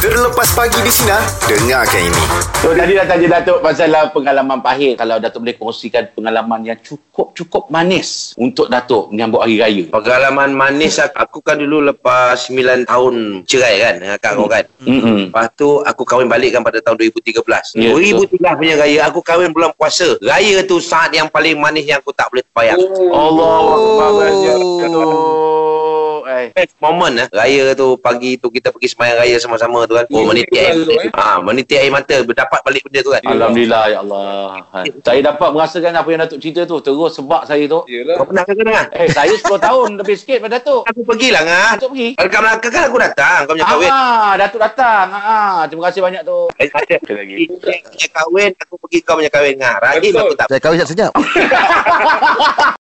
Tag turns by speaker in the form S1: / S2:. S1: Terlepas pagi di sini Dengarkan ini
S2: So Oh, tadi dah tanya Datuk masalah pengalaman pahit. Kalau Datuk boleh kongsikan pengalaman yang cukup-cukup manis untuk Datuk menyambut Hari Raya.
S3: Pengalaman manis aku, aku kan dulu lepas 9 tahun cerai kan dengan Kak hmm. kan.
S2: Mm-mm.
S3: Lepas tu aku kahwin balik kan pada tahun 2013.
S2: Ya,
S3: Yeah, 2013 punya raya aku kahwin bulan puasa. Raya tu saat yang paling manis yang aku tak boleh terbayang.
S2: Oh. Allah Eh.
S3: Best moment eh. Raya tu pagi tu kita pergi semayang raya sama-sama tu kan.
S2: Ya,
S3: Oh meniti air. Ah meniti air mata dapat balik benda tu kan.
S2: Alhamdulillah eh. ya Allah. Ha. Saya dapat merasakan apa yang Datuk cerita tu. Terus sebab saya tu.
S3: Kau pernah ke dengar?
S2: Eh saya 10 tahun lebih sikit pada Datuk.
S3: Aku pergilah ngah.
S2: Datuk pergi.
S3: Kalau kau melangkah kan aku datang kau punya kahwin.
S2: Ah, Datuk datang. Ah, terima kasih banyak tu.
S3: Ada
S2: lagi.
S3: Ha, punya kahwin aku pergi kau punya kahwin ngah. Rahim aku tak
S4: Saya kahwin sekejap